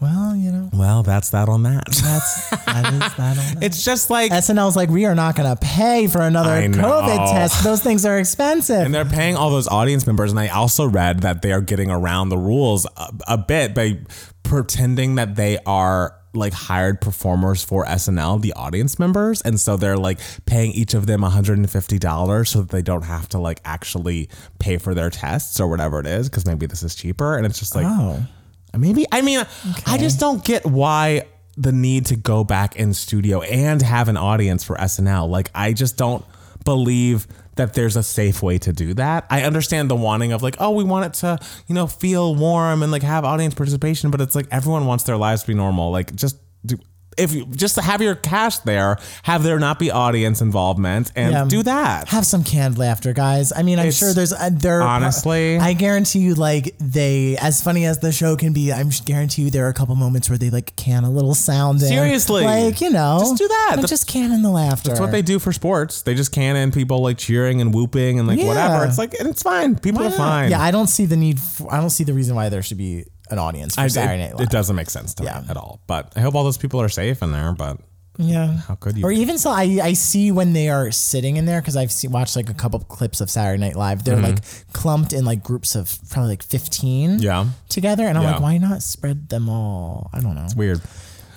S1: Well, you know,
S2: well, that's that on that.
S1: that's that is that. on that.
S2: it's just like,
S1: SNL's like we are not going to pay for another
S2: I know.
S1: COVID test. Those things are expensive.
S2: and they're paying all those audience members. And I also read that they are getting around the rules a, a bit by pretending that they are like hired performers for SNL, the audience members. And so they're like paying each of them $150 so that they don't have to like actually pay for their tests or whatever it is, because maybe this is cheaper. And it's just like,
S1: oh,
S2: Maybe I mean I just don't get why the need to go back in studio and have an audience for SNL. Like I just don't believe that there's a safe way to do that. I understand the wanting of like, oh, we want it to, you know, feel warm and like have audience participation, but it's like everyone wants their lives to be normal. Like just do if you just have your cash there, have there not be audience involvement and
S1: Yeah.
S2: do that.
S1: Have some canned laughter, guys. I mean, I'm
S2: It's-
S1: sure there's uh, there.
S2: honestly-
S1: I guarantee you, like they, as funny as the show can be, I'm sh- guarantee you there are a couple moments where they like can a little sound. in.
S2: Seriously.
S1: like you know,
S2: Just do that.
S1: Like,
S2: That's-
S1: just can in the laughter.
S2: That's what they do for sports. They just can in people like cheering and whooping and like
S1: Yeah.
S2: whatever. It's like and it's fine. People are fine.
S1: Yeah, I don't see the need. For, I don't see the reason why there should be an audience for
S2: I-
S1: Saturday
S2: it,
S1: Night Live.
S2: it doesn't make sense to
S1: Yeah.
S2: me at all. But I hope all those people are safe in there. But
S1: Yeah.
S2: how could you?
S1: Or even so, I, I see when they are sitting in there because I've see, watched like a couple of clips of Saturday Night Live.
S2: Mm-hmm.
S1: They're like clumped in like groups of probably like fifteen.
S2: Yeah.
S1: Together, and I'm
S2: Yeah.
S1: like, why not spread them all? I don't know.
S2: Weird.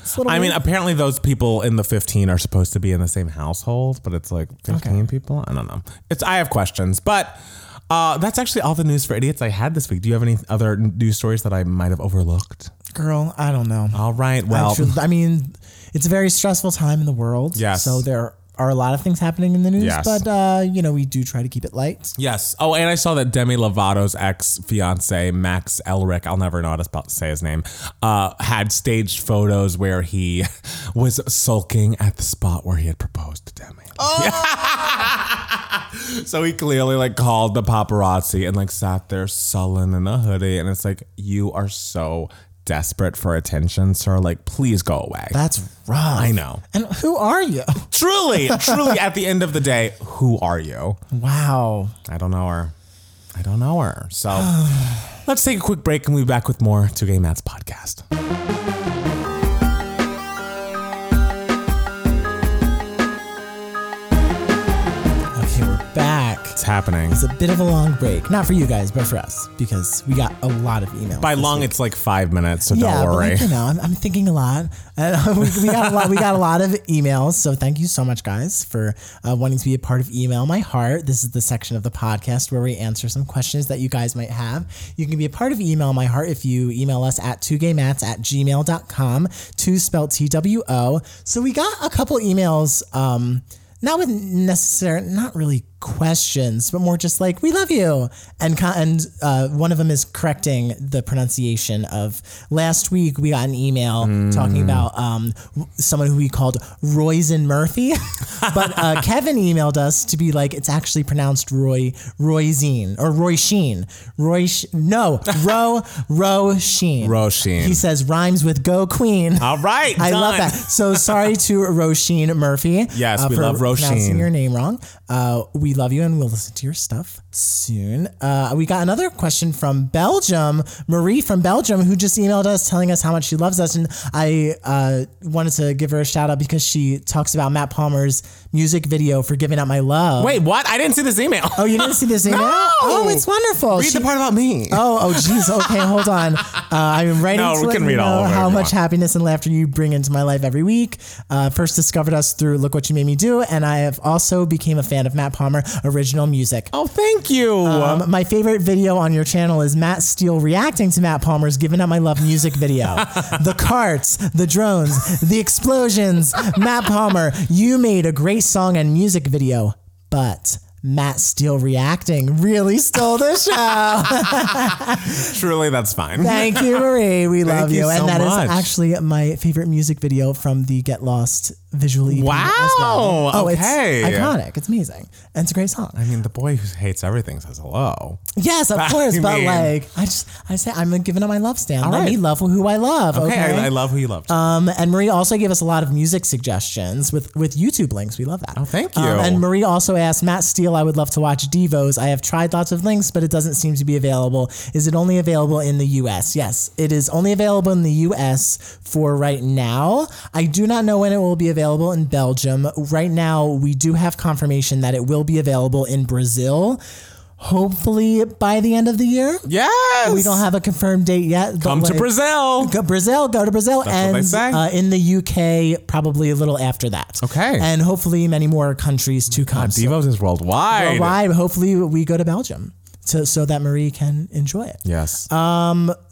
S1: It's a little
S2: I mean,
S1: weird.
S2: apparently those people in the 15 are supposed to be in the same household, but it's like 15 people. I don't know. It's I have questions, but uh, that's actually all the news for idiots I had this week. Do you have any other news stories that I might have overlooked?
S1: girl, I don't know.
S2: All right.
S1: I
S2: Well,
S1: tru- I mean, it's a very stressful time in the world.
S2: Yes.
S1: So there are a lot of things happening in the news,
S2: Yes.
S1: but uh, you know, we do try to keep it light.
S2: Yes. Oh, and I saw that Demi Lovato's ex fiance, Max Elric, I'll never know how to spell, say his name, uh, had staged photos where he was sulking at the spot where he had proposed to Demi. Oh! so he clearly like called the paparazzi and like sat there sullen in a hoodie. And it's like, you are so desperate for attention, sir. Like, please go away.
S1: That's rough.
S2: I know.
S1: And who are you?
S2: Truly, truly, at the end of the day, who are you?
S1: Wow.
S2: I don't know her. I don't know her. So let's take a quick break and we'll be back with more Two Gay Mats podcast.
S1: Okay, we're back.
S2: It's happening.
S1: It's a bit of a long break. Not for you guys, but for us, because we got a lot of emails.
S2: By
S1: this
S2: long,
S1: week.
S2: it's like five minutes, so
S1: yeah,
S2: don't
S1: but, like,
S2: worry.
S1: you know, I'm, I'm thinking a lot. And we, we got a lot. We got a lot of emails, so thank you so much, guys, for uh, wanting to be a part of Email My Heart. This is the section of the podcast where we answer some questions that you guys might have. You can be a part of Email My Heart if you email us at twogaymats at gmail.com, two spelled T W O. So we got a couple emails. Um, not with necessary, not really questions, but more just like we love you. And co- and uh, one of them is correcting the pronunciation of last week. We got an email
S2: Mm.
S1: talking about um, w- someone who we called Royzen Murphy, but uh, Kevin emailed us to be like it's actually pronounced Roy Royzine or Roy Sheen. Roy Sh- no Ro Ro Sheen.
S2: Roisin.
S1: He says rhymes with Go Queen.
S2: All right.
S1: I love
S2: done.
S1: that. So sorry to Roisin Murphy.
S2: Yes, we
S1: Uh, for
S2: love Roisin.
S1: Pronouncing your name wrong. Uh, we love you, and we'll listen to your stuff soon. Uh, we got another question from Belgium, Marie from Belgium, who just emailed us telling us how much she loves us, and I uh, wanted to give her a shout out because she talks about Matt Palmer's music video for "Giving Up My Love."
S2: Wait, what? I didn't see this email.
S1: Oh, you didn't see this email?
S2: No!
S1: Oh, it's wonderful.
S2: Read
S1: She-
S2: the part about me.
S1: Oh, oh, jeez. Okay, hold on. Uh, I'm writing
S2: No,
S1: to
S2: we
S1: let
S2: can
S1: you
S2: read
S1: know
S2: all of it
S1: how
S2: if you
S1: much
S2: want.
S1: happiness and laughter you bring into my life every week. Uh, first discovered us through Look What You Made Me Do, and I have also became a fan of Matt Palmer original music.
S2: Oh, thank you.
S1: Um, my favorite video on your channel is Matt Steele reacting to Matt Palmer's "Giving Up My Love" music video. the carts, the drones, the explosions. Matt Palmer, you made a great song and music video, but Matt Steele reacting really stole the show.
S2: truly, that's fine.
S1: Thank you, Marie. We love you.
S2: you so
S1: and that is
S2: much.
S1: actually my favorite music video from the Get Lost visual EP.
S2: Wow,
S1: as well. Oh,
S2: okay.
S1: it's iconic. It's amazing. And it's a great song.
S2: I mean, the boy who hates everything says hello.
S1: Yes, of course.
S2: I
S1: But
S2: mean-
S1: like, I just, I say, I'm giving up my love stand. Let
S2: right.
S1: me love who I love. Okay.
S2: Hey, I, I love who you loved.
S1: um, and Marie also gave us a lot of music suggestions with, with YouTube links. We love that. Oh,
S2: thank you.
S1: and Marie also asked Matt Steele, I would love to watch Devos. I have tried lots of links, but it doesn't seem to be available. Is it only available in the US? Yes, it is only available in the US for right now. I do not know when it will be available in Belgium. Right now, we do have confirmation that it will be available in Brazil. Hopefully by the end of the year.
S2: yes.
S1: We don't have a confirmed date yet. but
S2: Come to
S1: like-
S2: Brazil.
S1: Go Brazil, go to Brazil,
S2: what they
S1: and
S2: say.
S1: uh, in the UK, probably a little after that.
S2: Okay.
S1: and hopefully many more countries to come. So
S2: Devo's is worldwide.
S1: Worldwide, hopefully we go to Belgium to, so that Marie can enjoy it.
S2: Yes.
S1: Uh,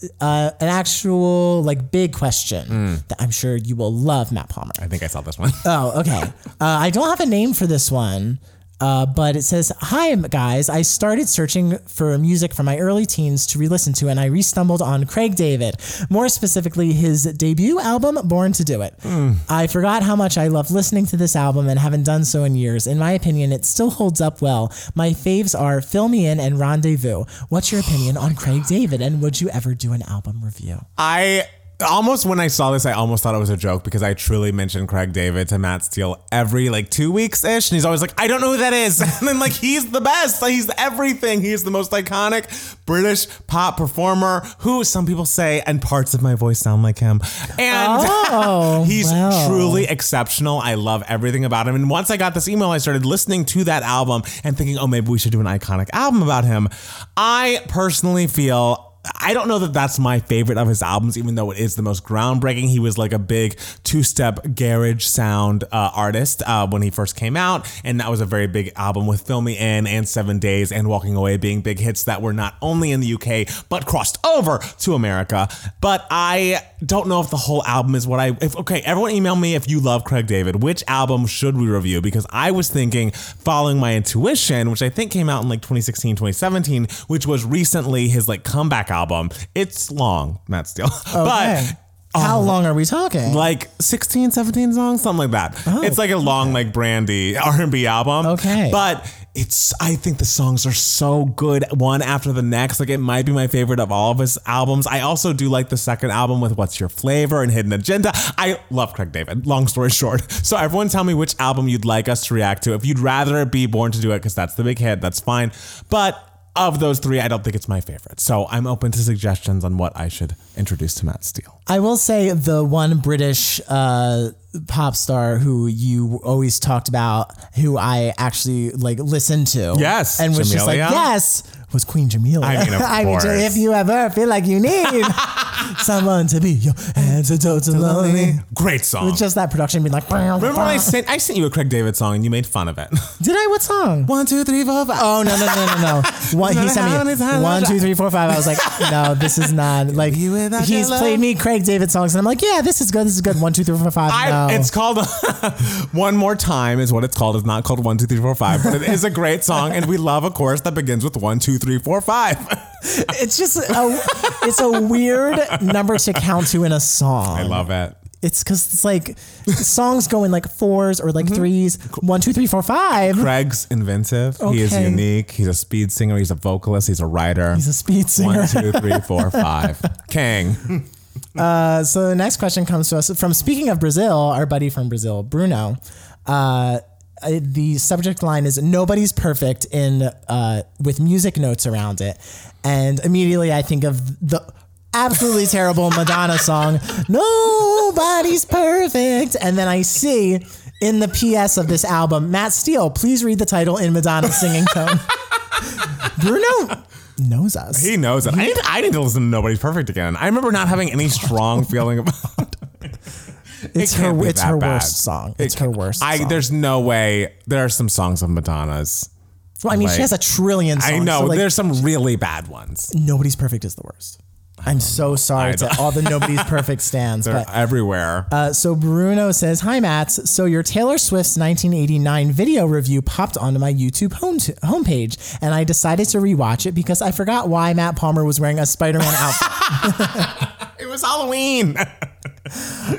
S1: an actual like big question
S2: Hmm.
S1: that I'm sure you will love, Matt Palmer.
S2: I think I saw this one.
S1: Oh, okay. Uh, I don't have a name for this one. Uh, but it says, Hi, guys. I started searching for music from my early teens to re listen to, and I re stumbled on Craig David, more specifically his debut album, Born to Do It. I forgot how much I loved listening to this album and haven't done so in years. In my opinion, it still holds up well. My faves are Fill Me In and Rendezvous. What's your opinion on Craig David, and would you ever do an album review?
S2: I almost when I saw this, I almost thought it was a joke because I truly mentioned Craig David to Matt Steele every like two weeks ish, and he's always like, "I don't know who that is," and then like he's the best, Like, he's everything, he's the most iconic British pop performer who some people say, and parts of my voice sound like him, and
S1: Oh,
S2: he's
S1: wow.
S2: truly exceptional. I love everything about him, and once I got this email, I started listening to that album and thinking, "Oh, maybe we should do an iconic album about him." I personally feel I don't know that that's my favorite of his albums, even though it is the most groundbreaking. He was like a big two step garage sound uh, artist uh, when he first came out. And that was a very big album with Fill Me In and Seven Days and Walking Away being big hits that were not only in the UK, but crossed over to America. But I don't know if the whole album is what I. If, okay, everyone email me if you love Craig David. Which album should we review? Because I was thinking, following my intuition, which I think came out in like 2016, 2017, which was recently his like comeback album. It's long, Matt Steele.
S1: Okay. how long are we talking?
S2: But like 16, 17 songs, something like that. it's like a long, like brandy R&B album.
S1: Okay.
S2: But it's, I think the songs are so good one after the next. Like it might be my favorite of all of his albums. I also do like the second album with What's Your Flavor and Hidden Agenda. I love Craig David, long story short. So everyone tell me which album you'd like us to react to. If you'd rather it be Born to Do It, because that's the big hit, that's fine. But of those three, I don't think it's my favorite. So I'm open to suggestions on what I should introduce to Matt Steele.
S1: I will say the one British uh, pop star who you always talked about, who I actually like listened to,
S2: Yes,
S1: and was just like,
S2: Jamelia.
S1: yes, was Queen Jamelia.
S2: I mean, of course.
S1: if you ever feel like you need someone to be your antidote to lonely,
S2: Great song.
S1: it's just that production being like,
S2: Remember when I sent I sent you a Craig David song and you made fun of it.
S1: did I what song?
S2: One, two, three, four, five.
S1: Oh no no no no no! What he sent me one two three four five. I was like, no, this is not like
S2: be without
S1: he's
S2: your love.
S1: played me Craig David songs, and I'm like, yeah, this is good, this is good. One two three four five.
S2: I,
S1: no.
S2: It's called One More Time is what it's called. It's not called One, Two, Three, Four, Five, but it is a great song, and we love a chorus that begins with One, Two, Three, Four, Five.
S1: It's just a, it's a weird number to count to in a song.
S2: I love it.
S1: It's because it's like songs go in like fours or like threes. One, two, three, four, five.
S2: Craig's inventive. He is
S1: Okay.
S2: unique. He's a speed singer. He's a vocalist. He's a writer.
S1: He's a speed singer.
S2: One, two, three, four, five. Kang.
S1: Uh, so the next question comes to us from speaking of Brazil, our buddy from Brazil, Bruno. Uh, uh, the subject line is nobody's perfect in uh, with music notes around it, and immediately I think of the absolutely terrible Madonna song "Nobody's Perfect," and then I see in the PS of this album, Matt Steele, please read the title in Madonna's singing tone. Bruno knows us.
S2: He knows it. I need, I need to listen to Nobody's Perfect again. I remember not having any strong feeling about
S1: it's
S2: It can't
S1: her.
S2: be
S1: It's
S2: that
S1: her
S2: bad.
S1: worst song. It's her worst.
S2: I
S1: song.
S2: there's no way there are some songs of Madonna's.
S1: Well, I mean, she
S2: Like-
S1: has a trillion songs.
S2: I know
S1: so, like,
S2: there's some really bad ones.
S1: nobody's perfect is the worst. I'm so sorry to all the nobody's perfect stands,
S2: Oh, They're
S1: but
S2: everywhere.
S1: uh, so Bruno says, "Hi, Mats. So your Taylor Swift's 1989 video review popped onto my YouTube home homepage, and I decided to rewatch it because I forgot why Matt Palmer was wearing a Spider-Man outfit.
S2: it was Halloween.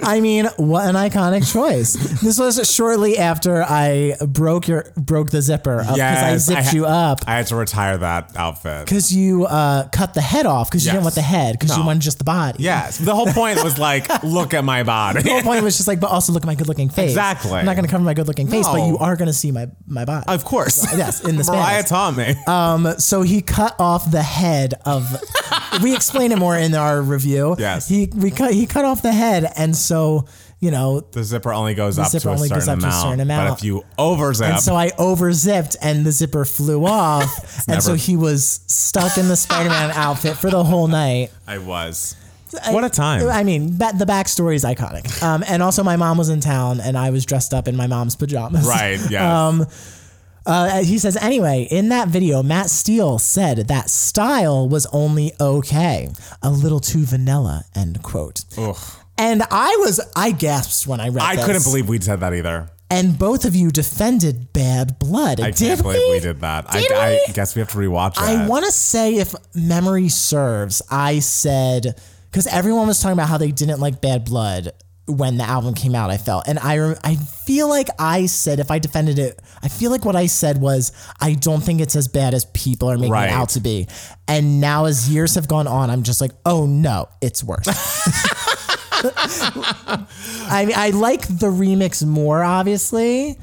S1: I mean, what an iconic choice! This was shortly after I broke your broke the zipper because I
S2: Yes, I
S1: zipped
S2: ha-
S1: you up."
S2: I had to retire that outfit.
S1: Because you uh, cut the head off because you didn't
S2: Yes.
S1: want the head because you
S2: No.
S1: wanted just the body.
S2: Yes, the whole point was like, look at my body.
S1: whole point was just like, but also look at my good looking face.
S2: Exactly.
S1: I'm not going to cover my good looking face, but
S2: No.
S1: you are going to see my my body.
S2: Of course,
S1: yes, in the
S2: Mariah
S1: Spanish.
S2: Tommy.
S1: Um, so he cut off the head of. we explain it more in our review.
S2: Yes.
S1: He we cut he cut off the head, and so you know.
S2: the zipper only goes up,
S1: zipper
S2: to, a
S1: only goes
S2: certain
S1: up to a
S2: amount,
S1: certain amount.
S2: But if you over zip,
S1: And so I overzipped, and the zipper flew off, and so
S2: never-
S1: he was stuck in the Spider-Man outfit for the whole night.
S2: I was. what a time!
S1: I mean, that, the backstory is iconic. Um, and also, my mom was in town, and I was dressed up in my mom's pajamas.
S2: right? Yes.
S1: Um, Uh, he says, anyway, in that video, Matt Steele said that style was only okay, a little too vanilla, end quote.
S2: Ugh.
S1: And I was, I gasped when I read
S2: I
S1: this.
S2: couldn't believe we'd said that either.
S1: and both of you defended Bad Blood.
S3: I
S1: did
S3: can't believe
S1: we?
S3: we did that. I,
S1: Did
S3: I
S1: we?
S3: guess we have to rewatch that.
S1: I want to say, if memory serves, I said because everyone was talking about how they didn't like Bad Blood when the album came out. I felt, and I rem- I feel like I said if I defended it, I feel like what I said was I don't think it's as bad as people are making
S3: Right.
S1: it out to be. And now, as years have gone on, I'm just like, oh no, it's worse. I mean, I like the remix more, obviously,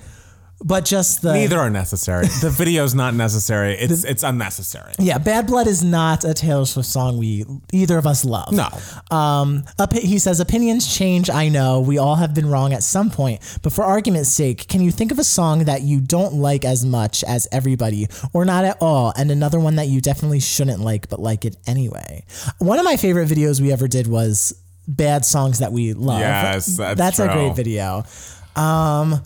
S1: but just the
S2: Neither are necessary. The video's not necessary. It's it's unnecessary.
S1: Yeah, Bad Blood is not a Taylor Swift song we either of us love.
S2: No.
S1: Um, op- he says opinions change. I know we all have been wrong at some point, but for argument's sake, can you think of a song that you don't like as much as everybody, or not at all, and another one that you definitely shouldn't like but like it anyway? One of my favorite videos we ever did was bad songs that we love.
S3: Yes, that's
S1: a
S3: true.
S1: great video. Um,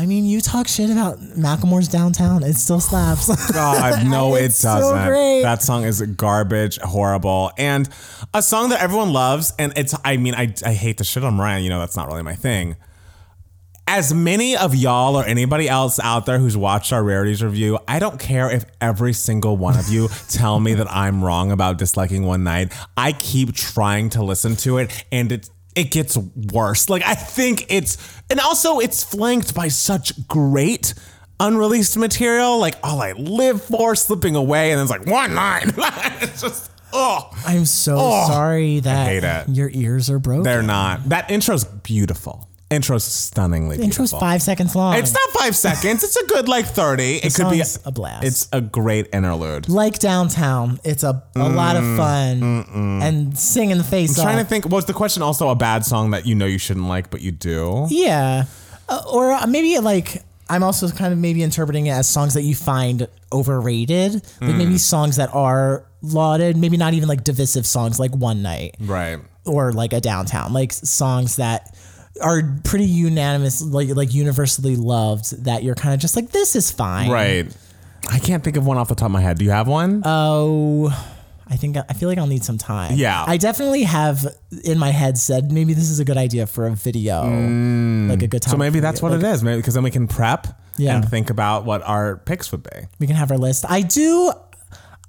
S1: I mean, you talk shit about Macklemore's Downtown; it still slaps.
S2: God,
S3: no, it
S1: It's so
S3: doesn't.
S1: great.
S3: That
S2: That song is garbage, horrible, and a song that everyone loves. And it's, I mean, I, I hate the shit on Mariah. You know, that's not really my thing. As many of y'all or anybody else out there who's watched our rarities review, I don't care if every single one of you tell me that I'm wrong about disliking One Night. I keep trying to listen to it, and it it gets worse. Like I think it's, and also it's flanked by such great unreleased material. Like All I Live For, Slipping Away, and then it's like One Night. it's just oh,
S1: I'm so
S3: hate
S1: sorry that
S3: it.
S1: your ears are broken.
S2: they're not. That intro's beautiful. Intro's stunningly beautiful.
S1: Intro's five seconds long.
S2: It's not five seconds. It's a good like thirty. It could be
S1: song's a blast.
S2: It's a great interlude.
S1: like downtown. It's a, a lot of fun and sing in the face.
S2: I'm trying to
S1: off.
S2: think. Was the question also a bad song that you know you shouldn't like but you do?
S1: yeah, uh, or uh, maybe like I'm also kind of maybe interpreting it as songs that you find overrated, like
S2: Mm.
S1: maybe songs that are lauded, maybe not even like divisive songs like One Night
S2: Right.
S1: or like a downtown, like s- songs that are pretty unanimous, like like universally loved. That you're kind of just like this is fine,
S2: Right. I can't think of one off the top of my head. Do you have one?
S1: Oh, I think I feel like I'll need some time.
S2: Yeah.
S1: I definitely have in my head said maybe this is a good idea for a video, Um, like a good time.
S2: Mm. so maybe that's what it is. Maybe because then we can prep
S1: Yeah.
S2: and think about what our picks would be.
S1: we can have our list. I do,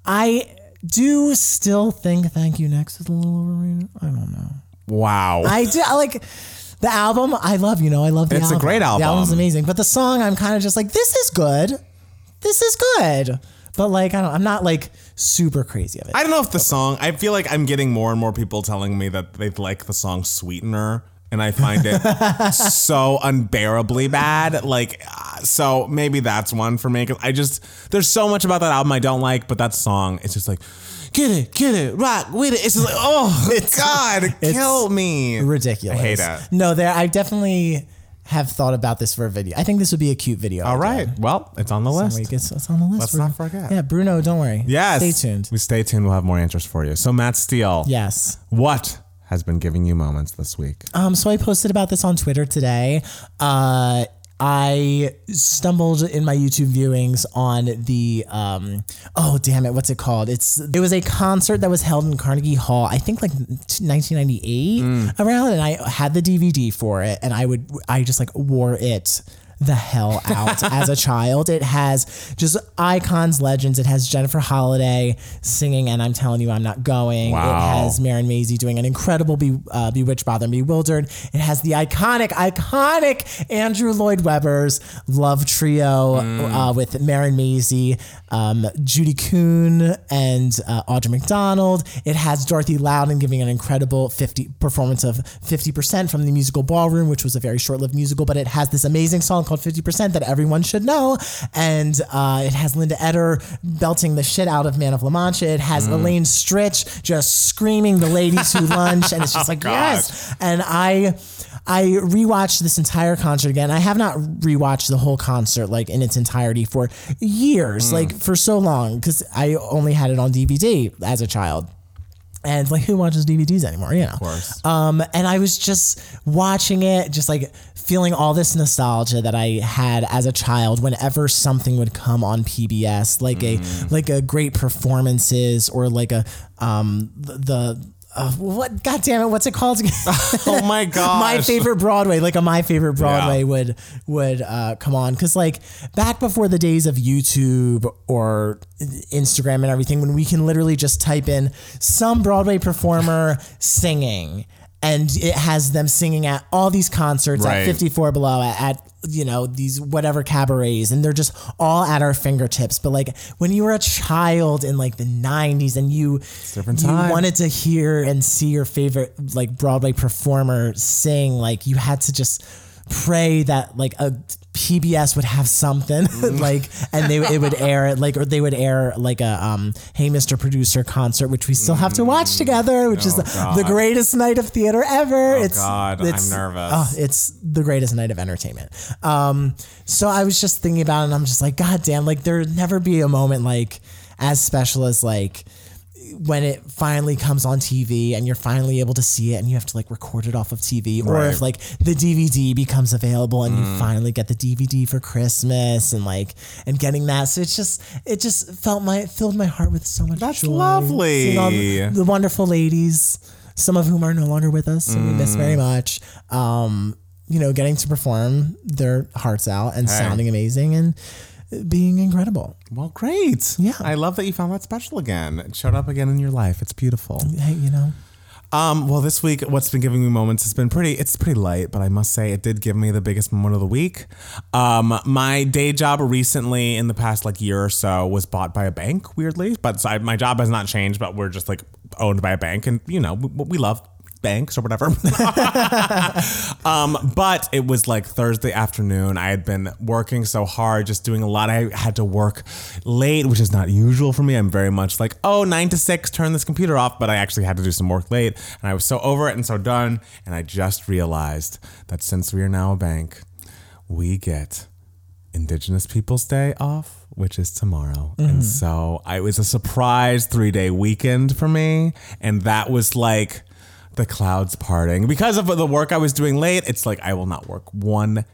S1: I do still think "Thank You Next" is a little overrated. I don't know.
S2: Wow.
S1: I do I like. The album, I love, you know, I love the
S2: It's a
S1: album.
S2: great
S1: The
S2: album.
S1: album's amazing. But the song, I'm kind of just like, this is good. This is good. But like, I don't, I'm not like super crazy of it.
S2: I don't know if the song. I feel like I'm getting more and more people telling me that they like the song "Sweetener," and I find it so unbearably bad. Like, uh, so maybe that's one for me. Cause I just there's so much about that album I don't like, but that song it's just like, get it, get it, rock with it. It's just like, oh God, kill me,
S1: ridiculous.
S2: I hate it.
S1: No, there. I definitely have thought about this for a video. I think this would be a cute video.
S2: All right, well, it's on the list.
S1: It's, it's on the list.
S2: Let's
S1: We're-
S2: not forget.
S1: Yeah, Bruno, don't worry.
S2: Yes,
S1: Stay tuned.
S2: We stay tuned. We'll have more answers for you. So Matt Steele,
S1: Yes.
S2: what has been giving you moments this week?
S1: Um, so I posted about this on Twitter today. Uh, I stumbled in my YouTube viewings on the um, oh damn it, what's it called? It's it was a concert that was held in Carnegie Hall, I think like 1998 around, and I had the DVD for it, and I would I just like wore it the hell out as a child. It has just icons, legends. It has Jennifer Holiday singing, and I'm telling you, I'm not going. It
S2: Wow.
S1: has Maren Maisie doing an incredible Be- uh, Bewitched, Bothered, and Bewildered. It has the iconic, iconic Andrew Lloyd Webber's Love Trio uh, with Maren Maisie, um, Judy Kuhn, and uh, Audra McDonald. It has Dorothy Loudon giving an incredible 50 performance of 50% from the musical Ballroom, which was a very short lived musical, but it has this amazing song called 50% that everyone should know. And uh, it has Linda Etter belting the shit out of Man of La Mancha. It has Elaine Stritch just screaming the ladies who lunch. And it's just like, yes. And I. I rewatched this entire concert again. I have not rewatched the whole concert like in its entirety for years, like for so long, because I only had it on DVD as a child. And like, who watches DVDs anymore? You know. Of
S2: course.
S1: Um, and I was just watching it, just like feeling all this nostalgia that I had as a child. Whenever something would come on PBS, like a like a great performances or like a um the. the uh, what? God damn it! What's it called? again?
S2: Oh my gosh.
S1: my favorite Broadway, like a my favorite Broadway
S2: Yeah.
S1: would would uh, come on because like back before the days of YouTube or Instagram and everything, when we can literally just type in some Broadway performer singing. And it has them singing at all these concerts at
S2: Right.
S1: 54 below at, at you know these whatever cabarets and they're just all at our fingertips but like when you were a child in like the 90s and you
S2: different
S1: you
S2: time.
S1: wanted to hear and see your favorite like Broadway performer sing, like you had to just pray that like a PBS would have something
S2: Mm.
S1: like and they it would air it like or they would air like a um Hey Mr. Producer concert which we still have to watch together which is
S2: Oh,
S1: the,
S2: God.
S1: the greatest night of theater ever it's
S2: Oh, God, I'm nervous.
S1: oh, it's the greatest night of entertainment um so I was just thinking about it and I'm just like god damn like there'd never be a moment like as special as like when it finally comes on TV and you're finally able to see it and you have to like record it off of TV or
S2: Right. Mm.
S1: if like the DVD becomes available and you finally get the DVD for Christmas and like and getting that so it's just it just felt my filled my heart with so much
S2: That's
S1: joy.
S2: lovely.
S1: Seeing all the, the wonderful ladies some of whom are no longer with us and we miss very much um you know getting to perform their hearts out and sounding amazing and being incredible
S2: Well, great.
S1: Yeah.
S2: I love that you found that special again. It showed up again in your life. It's beautiful.
S1: hey, you know
S2: Um, well, this week, what's been giving me moments has been pretty, it's pretty light, but I must say it did give me the biggest moment of the week. Um, my day job recently in the past like year or so was bought by a bank, weirdly, but so I, my job has not changed, but we're just like owned by a bank and you know, we, we love banks or whatever. Um, but it was like Thursday afternoon. I had been working so hard, just doing a lot. I had to work late, which is not usual for me. I'm very much like, oh, nine to six, turn this computer off. But I actually had to do some work late, and I was so over it and so done. And I just realized that since we are now a bank, we get Indigenous Peoples Day off, which is tomorrow. And so I, it was a surprise three day weekend for me. And that was like the clouds parting. Because of the work I was doing late, it's like I will not work one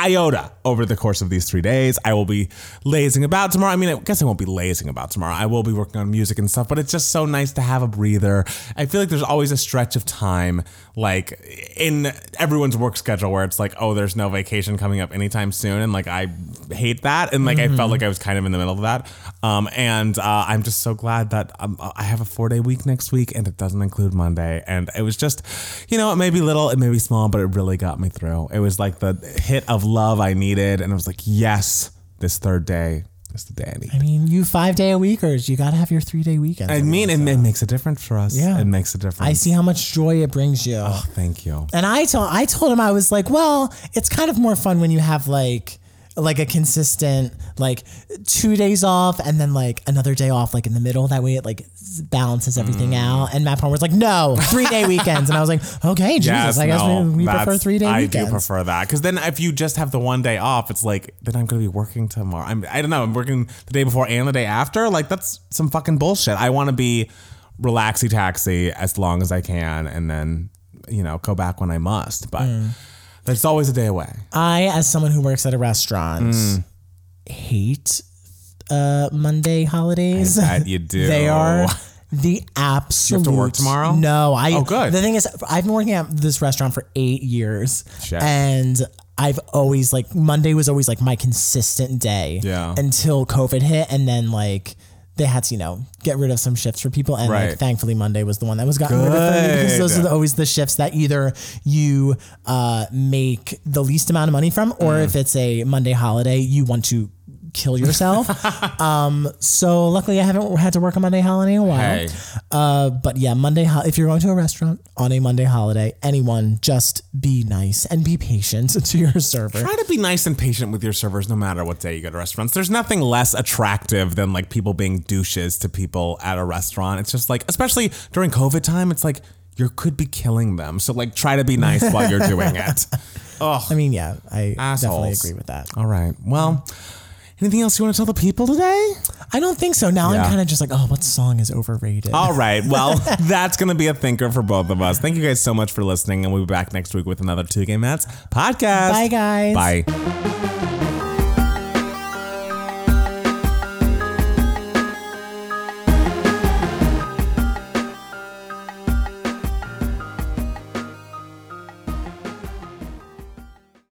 S2: iota over the course of these three days. I will be lazing about tomorrow. I mean, I guess I won't be lazing about tomorrow. I will be working on music and stuff, but it's just so nice to have a breather. I feel like there's always a stretch of time, like in everyone's work schedule, where it's like, oh, there's no vacation coming up anytime soon. And like, I hate that. And like, I
S1: Mm-hmm.
S2: felt like I was kind of in the middle of that. Um, and uh, I'm just so glad that um, I have a four day week next week and it doesn't include Monday. And it was just, you know, it may be little, it may be small, but it really got me through. It was like the hit of love I needed. And I was like, yes, this third day is the day I need.
S1: I mean, you five day a weekers, you gotta have your three day weekends.
S2: I
S1: I,
S2: mean, it, it makes a difference for us.
S1: Yeah.
S2: It makes a difference.
S1: see how much joy it brings you.
S2: oh, thank you.
S1: And I told I told him I was like, well, it's kind of more fun when you have like like a consistent like two days off and then like another day off like in the middle. That way it like s- balances everything
S2: Mm.
S1: out. And Matt Palmer was like, no, three day weekends. And I was like, okay, Jesus,
S2: Yes,
S1: I guess
S2: no,
S1: we, we prefer
S2: that's-
S1: three day
S2: I
S1: weekends.
S2: do prefer that because then if you just have the one day off, it's like then I'm going to be working tomorrow. I'm I don't know. I'm working the day before and the day after. Like that's some fucking bullshit. I want to be relaxy taxi as long as I can, and then you know go back when I must. But
S1: Mm.
S2: there's always a day away.
S1: I, as someone who works at a restaurant,
S2: Mm.
S1: hate uh, Monday holidays.
S2: bet you do.
S1: they are the absolute.
S2: work tomorrow?
S1: No, I.
S2: Oh, good.
S1: The thing is, I've been working at this restaurant for eight years,
S2: Shit.
S1: and I've always like Monday was always like my consistent day.
S2: Yeah.
S1: Until COVID hit, and then like. They had to, you know, get rid of some shifts for people, and like,
S2: Right.
S1: thankfully Monday was the one that was gotten rid of for me because those are
S2: Good.
S1: the always the shifts that either you uh, make the least amount of money from, or
S2: Mm.
S1: if it's a Monday holiday, you want to kill yourself. um, so luckily, I haven't had to work a Monday holiday in a while.
S2: Hey.
S1: Uh, but yeah, Monday. Ho- if you're going to a restaurant on a Monday holiday, anyone, just be nice and be patient to your server.
S2: Try to be nice and patient with your servers no matter what day you go to restaurants. There's nothing less attractive than like people being douches to people at a restaurant. It's just like, especially during COVID time, it's like you could be killing them. So like try to be nice while you're doing it. Oh,
S1: I mean, yeah, I definitely
S2: Assholes.
S1: agree with that.
S2: all right. Well, anything else you want to tell the people today?
S1: I don't think so. Now I'm
S2: Yeah. Oh,
S1: kind of just like, oh, what song is overrated?
S2: All right. Well, that's going to be a thinker for both of us. Thank you guys so much for listening. And we'll be back next week with another Two Game Mats podcast.
S1: Bye, guys.
S2: Bye.